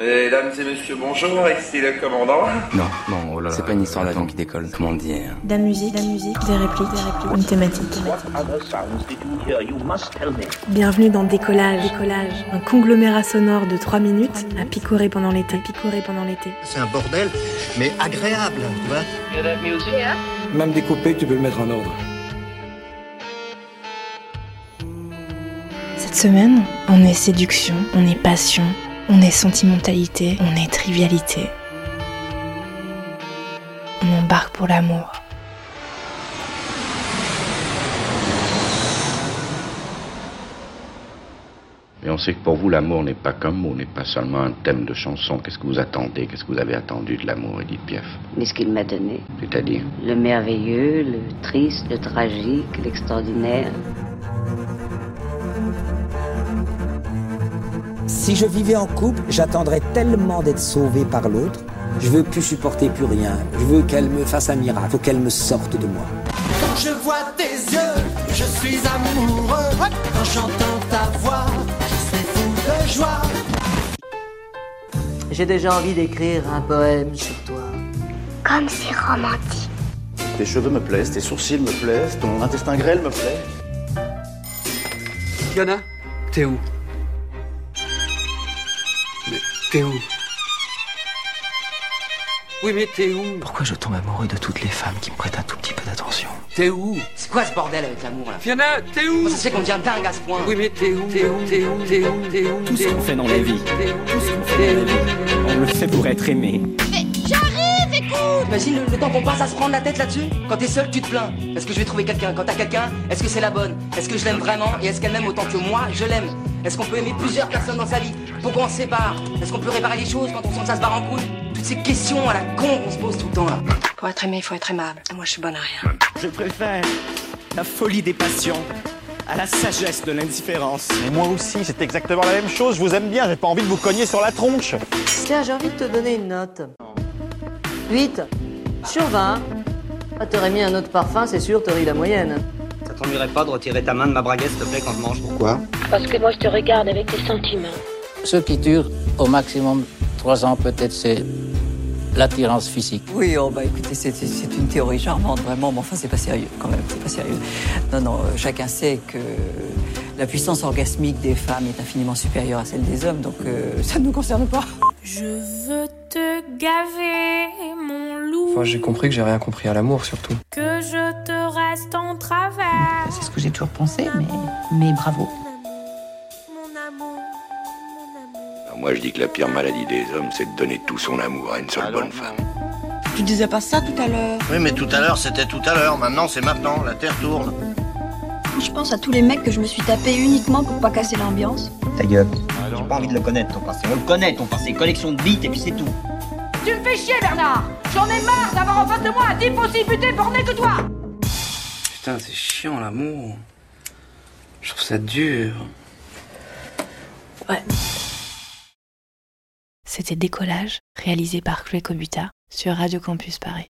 Mesdames et messieurs, bonjour, ici le commandant. Non, non, oh là là. C'est pas une histoire euh, d'avion attends. qui décolle. Comment hein dire De la musique, des répliques, une thématique. What other sounds did you hear? You must tell me. Bienvenue dans Décollage, Décollage, un conglomérat sonore de 3 minutes à picorer pendant l'été, picorer pendant l'été. C'est un bordel, mais agréable, tu vois. Même découpé, tu peux le mettre en ordre. Cette semaine, on est séduction, on est passion, on est sentimentalité, on est trivialité. On embarque pour l'amour. Et on sait que pour vous, l'amour n'est pas qu'un mot, n'est pas seulement un thème de chanson. Qu'est-ce que vous attendez Qu'est-ce que vous avez attendu de l'amour, Edith Piaf Mais ce qu'il m'a donné, C'est-à-dire le merveilleux, le triste, le tragique, l'extraordinaire. Si je vivais en couple, j'attendrais tellement d'être sauvé par l'autre. Je veux plus supporter plus rien. Je veux qu'elle me fasse un miracle. Faut qu'elle me sorte de moi. Quand je vois tes yeux, je suis amoureux. Quand j'entends ta voix, je suis fou de joie. J'ai déjà envie d'écrire un poème sur toi. Comme c'est romantique. Tes cheveux me plaisent, tes sourcils me plaisent, ton intestin grêle me plaît. Yana, t'es où Mais t'es où Oui, mais t'es où Pourquoi je tombe amoureux de toutes les femmes qui me prêtent un tout petit peu d'attention T'es où C'est quoi ce bordel avec l'amour là Yana, t'es où C'est qu'on devient dingue à ce point. Oui, mais t'es où T'es où T'es où T'es où T'es où Tout ce qu'on fait dans la vie. Tout ce qu'on fait dans la vie. On le fait pour être aimé. Imagine le, le temps qu'on passe à se prendre la tête là-dessus. Quand t'es seul, tu te plains. Est-ce que je vais trouver quelqu'un Quand t'as quelqu'un, est-ce que c'est la bonne Est-ce que je l'aime vraiment Et est-ce qu'elle m'aime autant que moi Je l'aime. Est-ce qu'on peut aimer plusieurs personnes dans sa vie Pourquoi on se sépare Est-ce qu'on peut réparer les choses quand on sent que ça se barre en couille Toutes ces questions à la con qu'on se pose tout le temps là. Pour être aimé, il faut être aimable. Moi, je suis bonne à rien. Je préfère la folie des passions à la sagesse de l'indifférence. Mais moi aussi, c'est exactement la même chose. Je vous aime bien, j'ai pas envie de vous cogner sur la tronche. Tiens, j'ai envie de te donner une note. 8 sur 20. Ah, t'aurais mis un autre parfum, c'est sûr, t'aurais eu la moyenne. Ça t'ennuierait pas de retirer ta main de ma braguette, s'il te plaît, quand je mange Pourquoi Parce que moi je te regarde avec des sentiments. Ce qui dure au maximum trois ans, peut-être, c'est l'attirance physique. Oui, oh, bah écoutez, c'est c'est- c'est une théorie charmante, vraiment, mais enfin, c'est pas sérieux quand même, c'est pas sérieux. Non, non, euh, chacun sait que la puissance orgasmique des femmes est infiniment supérieure à celle des hommes, donc euh, ça ne nous concerne pas. Je veux te gaver, mon loup, j'ai compris que j'ai rien compris à l'amour surtout. que je te reste en travers. C'est ce que j'ai toujours pensé, mais, mais bravo. Mon amour, mon amour. Alors Moi, je dis que la pire maladie des hommes, c'est de donner tout son amour à une seule bonne femme. Tu disais pas ça tout à l'heure Oui, mais tout à l'heure, c'était tout à l'heure. Maintenant, c'est maintenant. La Terre tourne. Je pense à tous les mecs que je me suis tapé uniquement pour pas casser l'ambiance. Ta gueule. J'ai pas envie de le connaître, ton passé. On le connaît, ton passé. Collection de bites, et puis c'est tout. Tu me fais chier, Bernard J'en ai marre d'avoir en face de moi un type aussi buté borné que toi Putain, c'est chiant l'amour. Je trouve ça dur. C'était Décollage, réalisé par Chloé Cobuta sur Radio Campus Paris.